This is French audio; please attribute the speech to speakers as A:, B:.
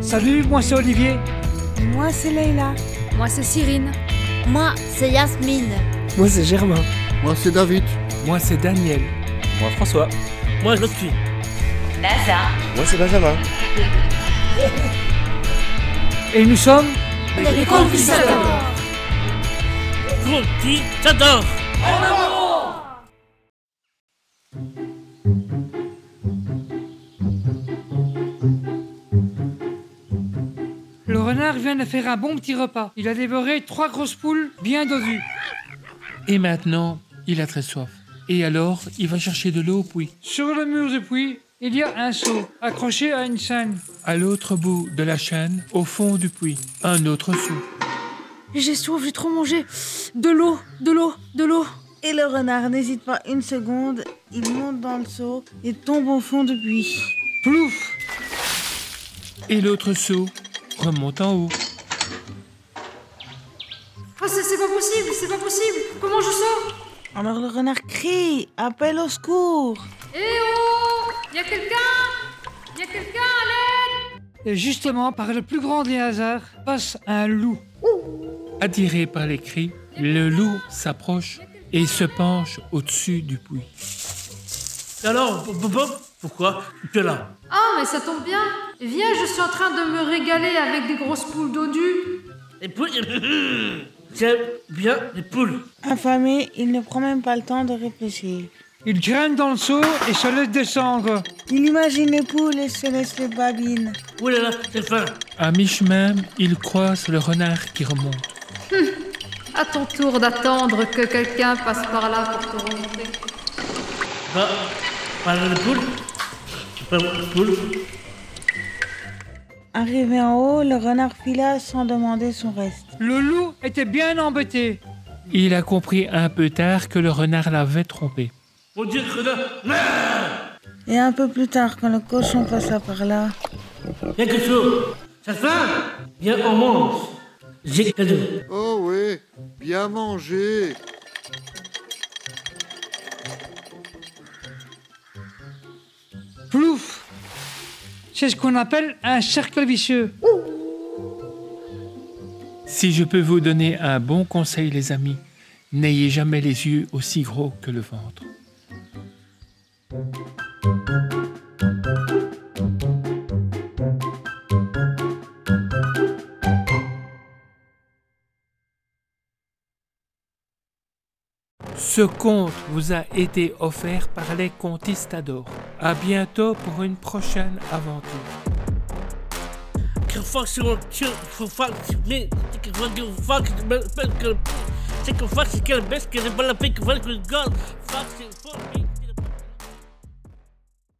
A: Salut, moi c'est Olivier.
B: Moi, c'est Leïla.
C: Moi, c'est Cyrine.
D: Moi, c'est Yasmine.
E: Moi, c'est Germain.
F: Moi, c'est David.
G: Moi, c'est Daniel.
H: Moi, François.
I: Moi, je suis.
J: NASA.
K: Moi, c'est Benjamin.
A: Et nous sommes.
L: Les, les conquistadors.
I: Conquistadors.
L: En avant
A: Le renard vient de faire un bon petit repas. Il a dévoré trois grosses poules bien dodues.
G: Et maintenant, il a très soif. Et alors, il va chercher de l'eau au puits.
A: Sur le mur du puits, il y a un seau accroché à une chaîne.
G: À l'autre bout de la chaîne, au fond du puits, un autre seau.
C: J'ai soif, j'ai trop mangé. De l'eau, de l'eau, de l'eau.
B: Et le renard n'hésite pas une seconde, il monte dans le seau et tombe au fond du puits.
A: Plouf
G: Et l'autre seau remonte en haut.
M: Oh, c'est pas possible, c'est pas possible Comment je sors
B: Alors le renard crie, appelle au secours
M: Eh oh Y'a quelqu'un Y'a quelqu'un à l'aide
A: Et justement, par le plus grand des hasards, passe un loup.
G: Attiré par les cris, le loup s'approche et se penche au-dessus du puits.
I: Alors, pourquoi tu es là
M: Ah, mais ça tombe bien Viens, je suis en train de me régaler avec des grosses poules dodues.
I: Les poules J'aime bien les poules.
B: Affamé, il ne prend même pas le temps de réfléchir.
A: Il grimpe dans le seau et se laisse descendre.
B: Il imagine les poules et se laisse les babines.
I: Oulala, là là, c'est faim.
G: À mi-chemin, il croise le renard qui remonte.
M: Hum, à ton tour d'attendre que quelqu'un passe par là pour te remonter.
I: Bah, bah, les poules. Bah, les poules.
B: Arrivé en haut, le renard fila sans demander son reste.
A: Le loup était bien embêté.
G: Il a compris un peu tard que le renard l'avait trompé.
I: Mon Dieu, renard
B: Et un peu plus tard, quand le cochon passa par là.
I: Y'a quelque chose Ça faim Bien, on mange J'ai cadeau
F: Oh oui Bien manger
A: Plouf c'est ce qu'on appelle un cercle vicieux.
G: Si je peux vous donner un bon conseil, les amis, n'ayez jamais les yeux aussi gros que le ventre. Ce conte vous a été offert par les Conquistadors. À bientôt pour une prochaine aventure.